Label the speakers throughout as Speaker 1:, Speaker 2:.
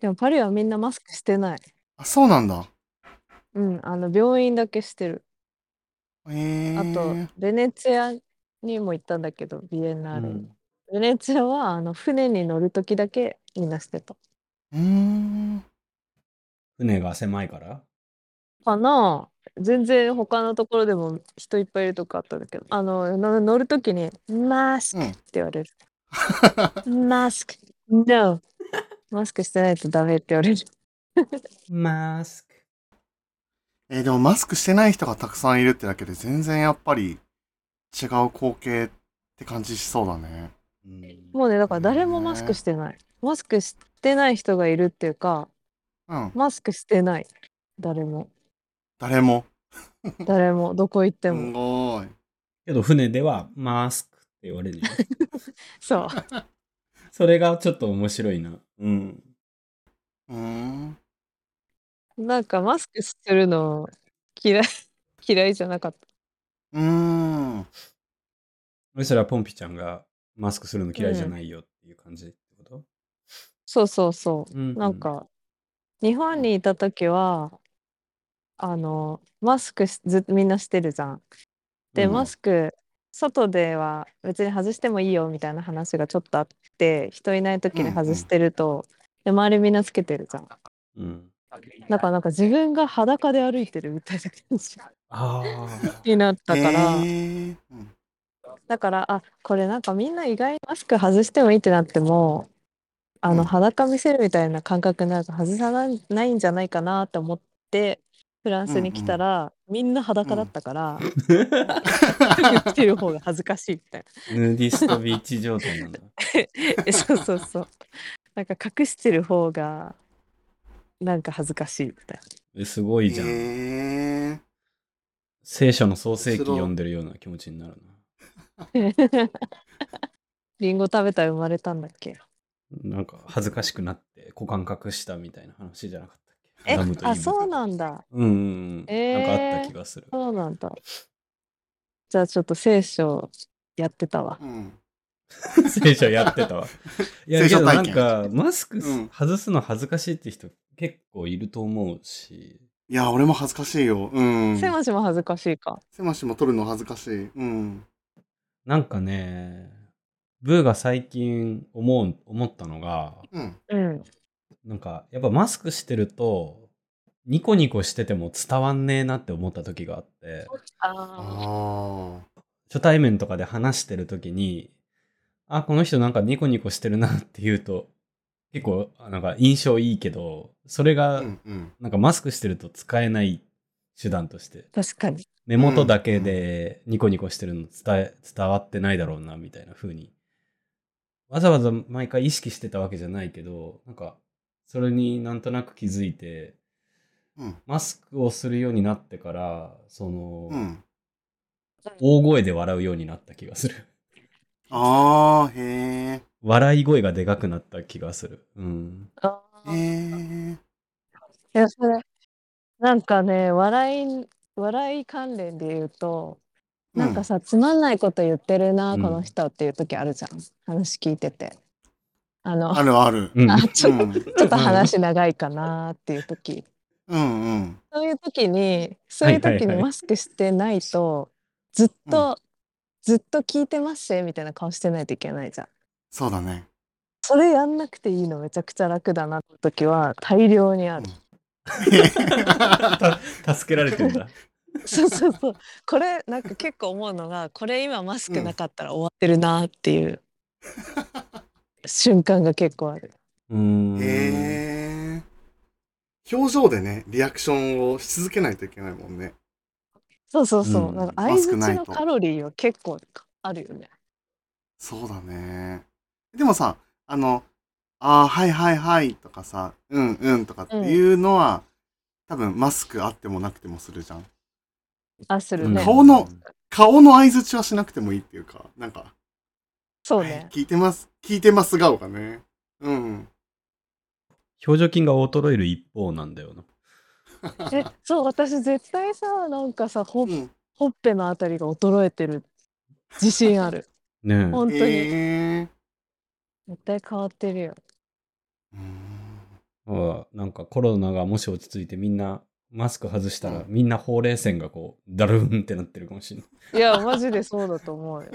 Speaker 1: でもパリはみんなマスクしてない。
Speaker 2: あ、そうなんだ。
Speaker 1: うん、あの病院だけしてる。
Speaker 2: えー、
Speaker 1: あと、ベネツィアにも行ったんだけど、ビエンナーレに。ベネツィアはあの船に乗るときだけみんなしてた。
Speaker 2: うん。うーん。
Speaker 3: 船が狭いから
Speaker 1: かなあ全然他のところでも人いっぱいいるとこあったんだけど、あの、の乗るときに、マスクって言われる。マスク !No! マスクしてないとダメって言われる。
Speaker 3: マスク。
Speaker 2: えーでもマスクしてない人がたくさんいるってだけで全然やっぱり違う光景って感じしそうだね。
Speaker 3: うん
Speaker 1: もうね、だから誰もマスクしてない。マスクしてない人がいるっていうか、
Speaker 2: うん。
Speaker 1: マスクしてない。誰 も。
Speaker 2: 誰も。
Speaker 1: 誰も。どこ行って
Speaker 2: す
Speaker 1: も。
Speaker 2: ごい。
Speaker 3: けど船ではマスクって言われるよ。
Speaker 1: そう。
Speaker 3: それがちょっと面白いな。うん。
Speaker 2: うーん。
Speaker 1: なんかマスクするの嫌い、 嫌いじゃなかった。
Speaker 2: うーん。
Speaker 3: それはポンピちゃんがマスクするの嫌いじゃないよっていう感じってこと、
Speaker 1: そうそうそうう。なん。か、日本にいた時は、あの、マスクしずみんなしてるじゃん。で、
Speaker 3: うん
Speaker 1: マスク、外では別に外してもいいよみたいな話がちょっとあって、人いない時に外してると、で周りみんなつけてるじゃん。
Speaker 3: うん。
Speaker 1: だからなんか自分が裸で歩いてるみたいな感じ
Speaker 3: ああ。
Speaker 1: になったから、
Speaker 2: えーうん
Speaker 1: だからあこれなんかみんな意外にマスク外してもいいってなってもあ
Speaker 2: う
Speaker 1: の
Speaker 2: ん
Speaker 1: 裸見せるみたいな感覚になると外さないないんじゃないかなって思ってフランスに来たら、みんな裸だったから、っていう方が恥ずかしいみたい
Speaker 3: ヌーディストビーチ状態なんだ。
Speaker 1: なえそうそう そうなんか隠してる方がなんか恥ずかしいみたい
Speaker 3: えすごいじゃん。
Speaker 2: えー
Speaker 3: 聖書の創世記読んでるような気持ちになる
Speaker 1: なリンゴ食べたら生まれたんだっけ
Speaker 3: な。なんか恥ずかしくなって股間隠したみたいな話じゃなかったっけ
Speaker 1: え
Speaker 3: アダムとイブ
Speaker 1: あそうなんだ
Speaker 3: うんうんうん。
Speaker 1: えー
Speaker 3: なんかあった気がする。
Speaker 1: そうなんだ。じゃあちょっと聖書やってたわ。
Speaker 2: うん。
Speaker 3: 聖書やってたわ。いや、
Speaker 2: 聖
Speaker 3: け
Speaker 2: 書
Speaker 3: どな
Speaker 2: 体
Speaker 3: ん
Speaker 2: 験
Speaker 3: か、マスク
Speaker 2: うん
Speaker 3: 外すの恥ずかしいって人結構いると思うし、
Speaker 2: いや、俺も恥ずかしいよ。うん。
Speaker 1: せましも恥ずかしいか。
Speaker 2: せましも撮るの恥ずかしい。うん。
Speaker 3: なんかね、ブーが最近思う、思ったのが、
Speaker 2: うん。
Speaker 1: うん。
Speaker 3: なんか、やっぱマスクしてると、ニコニコしてても伝わんねえなって思った時があって、
Speaker 1: ああ。
Speaker 2: あ
Speaker 3: 初対面とかで話してる時に、あ、この人なんかニコニコしてるなって言うと、結構、なんか印象いいけど、それ
Speaker 2: あ。
Speaker 3: が
Speaker 2: う、んうん。
Speaker 3: なんかマスクしてると使えない手段として
Speaker 1: 確かに。
Speaker 3: 目元だけでニコニコしてるの伝え伝わってないだろうなみたいな風にわざわざ毎回意識してたわけじゃないけどなんかそれになんとなく気づいて
Speaker 2: うん。
Speaker 3: マスクをするようになってからその、
Speaker 2: うん。
Speaker 3: 大声で笑うようになった気がする
Speaker 2: ああ、へえ。
Speaker 3: 笑い声がでかくなった気がするうん
Speaker 1: あ
Speaker 2: へえ。
Speaker 1: いや、それ。なんかね、笑い、笑い関連で言うと、なんかさ、つまんないこと言ってるな、
Speaker 3: うん
Speaker 1: この人っていう時あるじゃん。話聞いてて。あの、
Speaker 2: あるある。
Speaker 3: うん
Speaker 1: あ ち
Speaker 2: う
Speaker 1: ょっと、
Speaker 2: ん。
Speaker 1: ちょっと話長いかなっていう時。
Speaker 2: うんうん。
Speaker 1: そういう時に、そういう
Speaker 3: はい
Speaker 1: 時に
Speaker 3: はいはい
Speaker 1: マスクしてないと、ずっと、ずっと聞いてますみたいな顔してないといけないじゃん。
Speaker 2: そうだね。
Speaker 1: それやんなくていいのめちゃくちゃ楽だなって時は大量にある。
Speaker 3: た助けられてんだ
Speaker 1: そうそうそう。これなんか結構思うのが、これ今マスクなかったら終わってるなっていう瞬間が結構ある。
Speaker 3: うーん
Speaker 2: へえ。表情でね、リアクションをし続けないといけないもんね。
Speaker 1: そうそうそう。
Speaker 3: うん
Speaker 1: なんか
Speaker 2: マ
Speaker 1: 相
Speaker 2: スクな
Speaker 1: 槌
Speaker 2: いと
Speaker 1: のカロリーは結構あるよね。
Speaker 2: そうだね。でもさ、あの、ああ、はいはいはいとかさ、うんうんとかっていうのは、多分マスクあってもなくてもするじゃん。
Speaker 1: あ、する
Speaker 3: うん
Speaker 1: ね。
Speaker 2: 顔の顔の相槌はしなくてもいいっていうか、なんか、
Speaker 1: そうね。
Speaker 2: 聞いてます、聞いてます顔がね。うん。
Speaker 3: 表情筋が衰える一方なんだよな
Speaker 1: え、そう、私絶対さ、なんかさ、ほ
Speaker 2: うん。
Speaker 1: ほっぺのあたりが衰えてる自信ある。
Speaker 3: ねえ
Speaker 1: 本当に。
Speaker 2: えー
Speaker 1: 絶対変わってるよ。
Speaker 2: うーん
Speaker 3: まあなんかコロナがもし落ち着いてみんなマスク外したらみんなほうれい線がこうダルーンってなってるかもしれない。
Speaker 1: いや、マジでそうだと思うよ。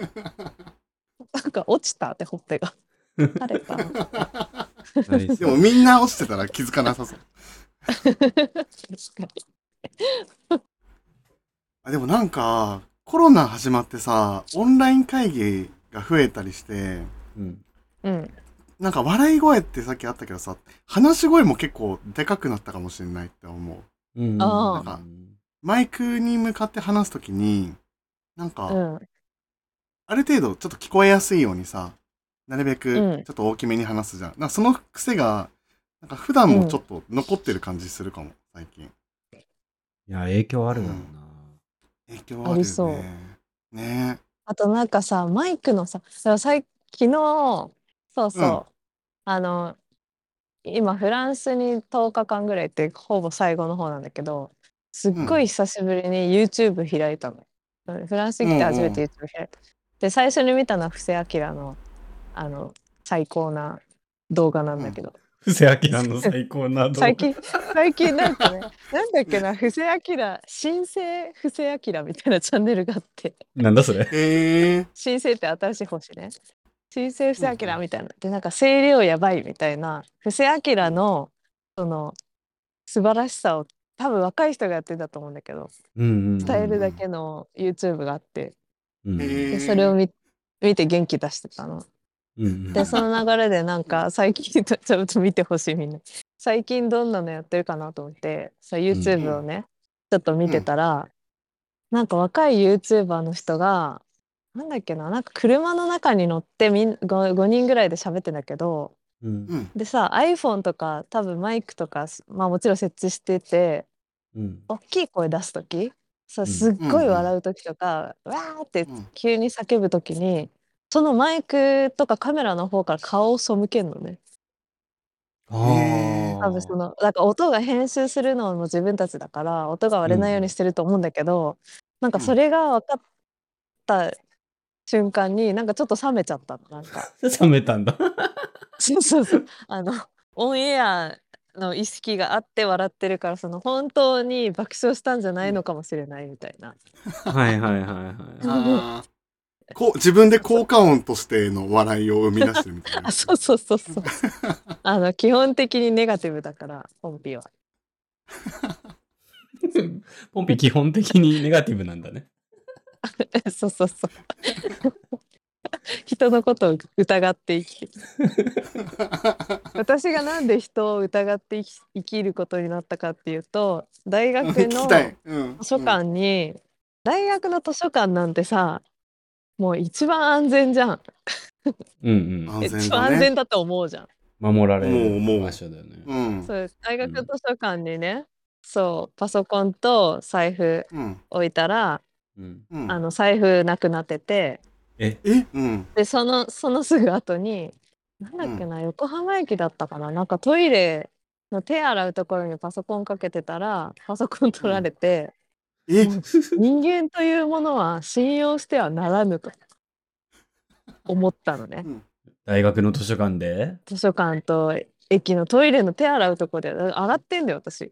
Speaker 1: なんか落ちたってほっぺが。晴れた。
Speaker 2: でもみんな落ちてたら気づかなさそう。
Speaker 1: 確かに。
Speaker 2: あでもなんか、コロナ始まってさ、オンライン会議が増えたりして、
Speaker 3: うん、
Speaker 1: うん。
Speaker 2: なんか笑い声ってさっきあったけどさ、話し声も結構でかくなったかもしれないって思う。
Speaker 3: うん、
Speaker 1: あ
Speaker 2: ーマイクに向かって話すときに、なんか、
Speaker 1: うん。
Speaker 2: ある程度ちょっと聞こえやすいようにさ、なるべくち
Speaker 1: う
Speaker 2: ょ
Speaker 1: ん
Speaker 2: っと大きめに話すじゃん。なんかその癖が、なんか普段もちょっと残ってる感じするかも、最近。
Speaker 3: いや影響あるだろうな。
Speaker 2: 影響あるよね。
Speaker 1: ありそう
Speaker 2: ね
Speaker 1: あとなんかさ、マイクのさ、さ最昨日、そうそう、
Speaker 2: うん
Speaker 1: あの、今フランスに10日間ぐらいってほぼ最後の方なんだけど、すっごい久しぶりに YouTube 開いたのよ。フランス来て初めて YouTube 開いた。で、最初に見たのは布施明の、あの、最高な動画なんだけど、
Speaker 3: 布施明の最高な動画
Speaker 1: 最近、最近なん かね、なんだっけな、布施明、新生布施明みたいなチャンネルがあって。
Speaker 3: なんだそれ。
Speaker 2: え。へえ。
Speaker 1: 新生って新しい星ね。新生布施
Speaker 2: うんう
Speaker 1: 明
Speaker 2: ん
Speaker 1: みたいな。で、なんか声量やばいみたいな、布施明の、その、素晴らしさを、多分若い人がやってたと思うんだけど、
Speaker 3: うんうんうん
Speaker 1: 伝えるだけの YouTube があって、
Speaker 3: うん
Speaker 2: へ
Speaker 1: で
Speaker 2: え。
Speaker 1: それを見見て元気出してたの。
Speaker 3: うん
Speaker 1: で、その流れでなんか、 最近、ちょっと見てほしいみんな。最近どんなのやってるかなと思って、そう YouTube をね、ちょっと見てたら、なんか若い YouTuber の人が、なんだっけな、なんか車の中に乗ってみん 5, 人ぐらいで喋ってんだけど、
Speaker 3: うん
Speaker 2: うん。
Speaker 1: でさ、iPhone とか多分マイクとか、まあもちろん設置してて、
Speaker 3: うん
Speaker 1: 大きい声出す時そう
Speaker 3: うん
Speaker 1: すっごい笑う時とか、わーって
Speaker 2: うん
Speaker 1: 急に叫ぶ時に、そのマイクとかカメラの方から顔を背けんのね。
Speaker 3: あ
Speaker 1: 多分そ
Speaker 3: あ。
Speaker 1: のなんか音が編集するのも自分たちだから音が割れないようにしてると思うんだけど、なんかそれが分かった瞬間になんかちょっと冷めちゃったのなん か
Speaker 3: 冷めたん だ。
Speaker 1: そうそうそうあのオンエアの意識があって笑ってるからその本当に爆笑したんじゃないのかもしれないみたいな、
Speaker 3: はいはいはいはい。
Speaker 2: あーこう自分で効果音としての笑いを生み出してるみたい な。
Speaker 1: あそうそうそうそうあの基本的にネガティブだからコンピは
Speaker 3: ポンピ基本的にネガティブなんだね。
Speaker 1: そうそうそう人のことを疑って生きてる 私がなんで人を疑って生き生きることになったかっていうと大学
Speaker 2: 聞
Speaker 1: の
Speaker 2: きた
Speaker 1: 図
Speaker 2: い。うん。
Speaker 1: 書館に、大学の図書館なんてさもう一番安全じゃん、
Speaker 3: うん
Speaker 2: う。
Speaker 3: うんん。
Speaker 2: 安全
Speaker 1: 一番
Speaker 2: だ
Speaker 1: 安
Speaker 2: ね。
Speaker 1: 全だと思うじゃん、
Speaker 3: 守られ
Speaker 2: もうも
Speaker 3: る
Speaker 2: う
Speaker 3: 場所だよね。
Speaker 2: うん。
Speaker 1: そう大学図書館にね、そうパソコンと財布
Speaker 2: うん。
Speaker 1: 置いたら、
Speaker 3: うん。
Speaker 2: うん
Speaker 1: あの財布なくなってて
Speaker 3: え、
Speaker 2: えうん。
Speaker 1: でそのそのすぐ後になんだっけな、横浜駅だったかななんかトイレの手洗うところにパソコンかけてたらパソコン取られて、
Speaker 2: え
Speaker 1: 人間というものは信用してはならぬと思ったのね
Speaker 3: 大学の図書館で
Speaker 1: 図書館と駅のトイレの手洗うところで洗ってんだよ私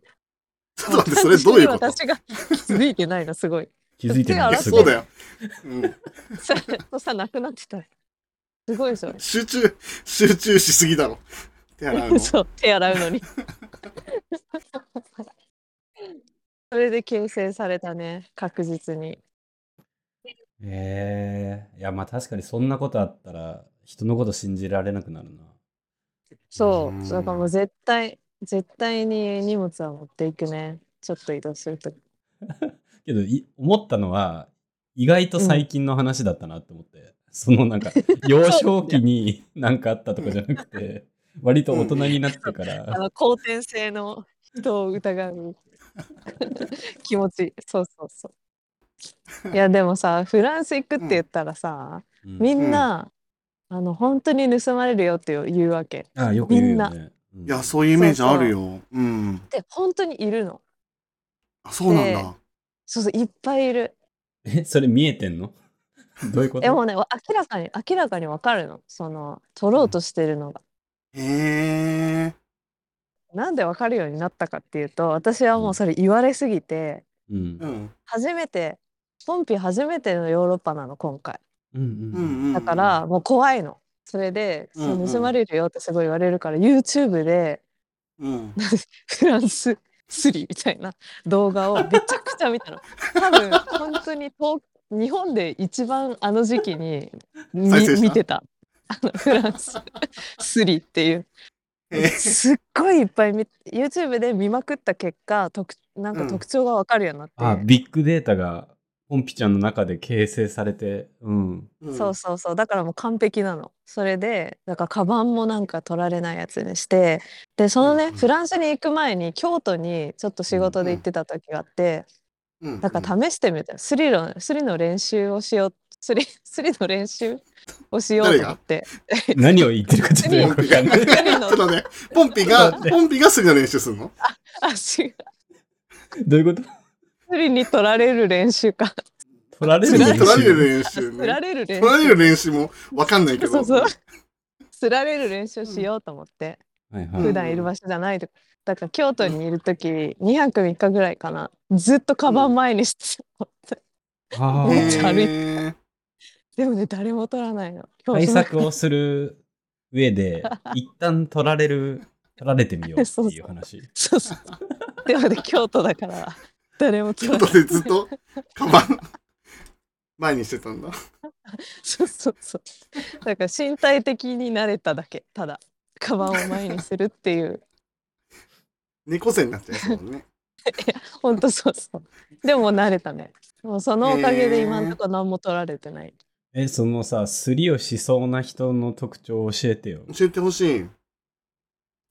Speaker 2: ちょっと待って、それどういうこと
Speaker 1: 私が気づいてないのすごい
Speaker 3: 気づいて
Speaker 1: 手
Speaker 3: ない
Speaker 2: や、
Speaker 1: 洗
Speaker 3: す
Speaker 2: そ
Speaker 3: ご
Speaker 2: う
Speaker 3: い
Speaker 2: だよ。うん。
Speaker 1: それとさなくなってたすごいでしょ
Speaker 2: 集中、集中しすぎだろ。手洗う の。
Speaker 1: そう手洗うの にそれで形成されたね確実に
Speaker 3: ええいやまあ確かにそんなことあったら人のこと信じられなくなるな。
Speaker 1: そううんだからもう絶対絶対に荷物は持っていくねちょっと移動するとき
Speaker 3: けどい思ったのは意外と最近の話だったなって思って、そのなんか幼少期に何かあったとかじゃなくて割と大人になってか
Speaker 1: あ
Speaker 3: ら
Speaker 1: の後天性の人を疑 う気持ちそうそうそういやでもさフランス行くって言ったらさ、
Speaker 3: うん
Speaker 1: みんな、あの本当に盗まれるよって言うわけ
Speaker 3: あよく言う
Speaker 1: みん
Speaker 3: よ
Speaker 1: な
Speaker 3: ね。うん
Speaker 2: いや、そういうイメージあるよ。うん。
Speaker 1: で本当にいるの
Speaker 2: あ、そうなん
Speaker 1: で。
Speaker 2: だ
Speaker 1: そうそういっぱいいる
Speaker 3: えそれ見えてんのどういうこと
Speaker 1: でもねわ明らかに明らかにわかるのその取ろうとしてるのが、
Speaker 2: へえ。
Speaker 1: なんでわかるようになったかっていうと私はもうそれ言われすぎて
Speaker 3: うん。うん
Speaker 2: う。ん。
Speaker 1: 初めてポンピ初めてのヨーロッパなの今回
Speaker 3: うん。
Speaker 2: う
Speaker 3: うんん。
Speaker 1: だから、もう怖いのそれで「
Speaker 2: うんうん
Speaker 1: そう盗まれるよ」ってすごい言われるから YouTube で
Speaker 2: うん。
Speaker 1: フランススリみたいな動画をめちゃくちゃ見たの多分本当に東日本で一番あの時期にみ
Speaker 2: 再生した
Speaker 1: 見てたあのフランススリっていう
Speaker 2: えー
Speaker 1: すっごいいっぱい見 YouTube で見まくった結果特なん
Speaker 2: う
Speaker 1: か
Speaker 2: ん
Speaker 1: 特徴がわかるようになって、
Speaker 3: あ、ビッグデータが、ポンピちゃんの中で形成されて、うん。
Speaker 2: うん
Speaker 1: そうそうそうだからもう完璧なのそれでだからカバンもなんか取られないやつにしてでそのね、
Speaker 2: うんうん
Speaker 1: フランスに行く前に京都にちょっと仕事で行ってた時があって、
Speaker 2: うん。
Speaker 1: だから試してみたスリのスリの練習をしようスリ スリの練習をしようと思って
Speaker 3: 何を言ってるかちょっとよくわかんない。
Speaker 1: 試してみ
Speaker 2: ちょっとね、ポンピが、ポンピがすりの練習するの
Speaker 1: あ違う
Speaker 3: どういうこと
Speaker 1: スリに取られる練習か
Speaker 3: 取られ
Speaker 2: 釣
Speaker 3: る
Speaker 2: り
Speaker 3: 練
Speaker 2: に
Speaker 3: 習
Speaker 2: 取られる練習
Speaker 1: 取ら
Speaker 2: ね。
Speaker 1: れる練
Speaker 2: 取られ
Speaker 1: 習
Speaker 2: る練習もわかんないけ
Speaker 1: そ
Speaker 2: ど。
Speaker 1: うそう 釣られる練習をしようと思って、
Speaker 3: はい
Speaker 2: うん
Speaker 3: は
Speaker 1: 普
Speaker 3: い。
Speaker 1: 段いる場所じゃないとかだから京都にいる時2泊3日ぐらいかなずっとカバン前にしてた、
Speaker 3: あ
Speaker 1: めっちゃ
Speaker 3: あ
Speaker 1: 歩い
Speaker 2: へー
Speaker 1: でもね誰も取らないの今日
Speaker 3: 対
Speaker 1: その
Speaker 3: 策をする上で、一旦取られる、取られてみようっていう話。
Speaker 1: そうそうでもね京都だから誰も取
Speaker 2: 京
Speaker 1: ら
Speaker 2: 都
Speaker 1: ない
Speaker 2: でずっと、カバン、前にしてたんだ。
Speaker 1: そうそうそうだから身体的に慣れただけただカバンを前にするっていう
Speaker 2: 猫背になっちゃいそうだね。
Speaker 1: ほんとそうそうでももう慣れたねもうそのおかげで今んとこ何も取られてない、
Speaker 3: え、そのさ、すりをしそうな人の特徴を教えてよ。
Speaker 2: 教えてほしい。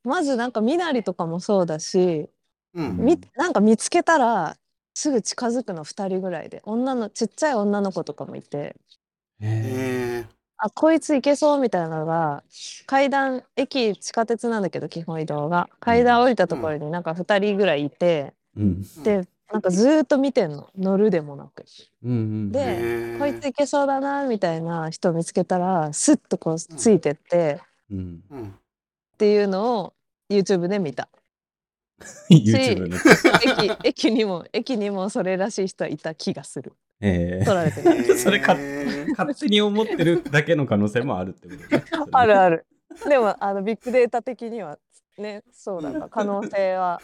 Speaker 1: まずなんか身なりとかもそうだし
Speaker 2: うん。
Speaker 1: み
Speaker 3: うん
Speaker 1: なんか見つけたらすぐ近づくの2人ぐらいで女のちっちゃい女の子とかもいて
Speaker 3: え
Speaker 2: え
Speaker 1: あこいついけそうみたいなのが階段駅地下鉄なんだけど基本移動が階段降りたところになんか2人ぐらいいて、
Speaker 3: ーうん。
Speaker 2: ー
Speaker 1: でなんかずーっと見てんの乗るでもなく
Speaker 3: うんうん。
Speaker 1: で
Speaker 2: へー
Speaker 1: こいついけそうだなみたいな人見つけたらスッとこうついてって
Speaker 3: うん。
Speaker 2: うん。
Speaker 1: っていうのを YouTube で見た
Speaker 3: YouTube の。
Speaker 1: 駅 駅にも駅にもそれらしい人はいた気がする
Speaker 3: え
Speaker 1: 取られてない
Speaker 2: へー
Speaker 3: それか勝手に思ってるだけの可能性もあるってことね。
Speaker 1: ある ある。でもあのビッグデータ的にはねそうだから可能性は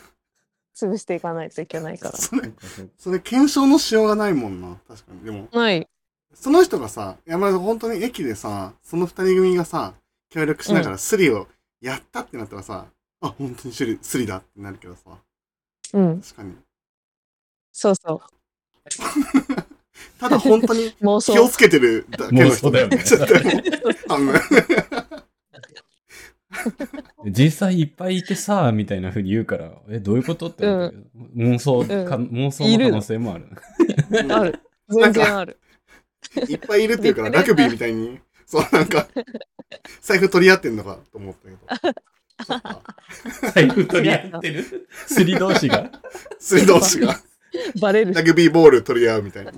Speaker 1: 潰していかないといけないか
Speaker 2: それ
Speaker 3: そっ、かそっか
Speaker 2: それ検証のしようがないもんな。確かに。でも、
Speaker 1: ら。ない。
Speaker 2: その人がさ、いやまあ本当に駅でさ、その二人組がさ、協力しながらスリをやったってなったらさ、あ、本当にスリスリだってなるけどさ、
Speaker 1: うん
Speaker 2: 確かに。
Speaker 1: そうそ
Speaker 2: ただ本当 に
Speaker 1: う妄
Speaker 2: 気を
Speaker 1: 想。
Speaker 2: つけてるだけの人
Speaker 3: もう
Speaker 2: ち
Speaker 3: そ
Speaker 2: ょっ
Speaker 3: う
Speaker 2: と
Speaker 3: だよ
Speaker 2: ね。あの
Speaker 3: 実際いっぱいいてさ、みたいな風に言うから、え、どういうことって思ったけど、妄想か、
Speaker 1: うん
Speaker 3: 妄想の可能性もある。
Speaker 1: ある。全然ある。
Speaker 2: いっぱいいるっていうから、ラグビーみたいに、そうなんか、財布取り合ってんのかと思ったけど。 そっか
Speaker 3: 財布取り合ってる。 すり同士が。
Speaker 2: スリ同士が
Speaker 1: バレる
Speaker 2: ラ。グビーボール取り合うみたいな。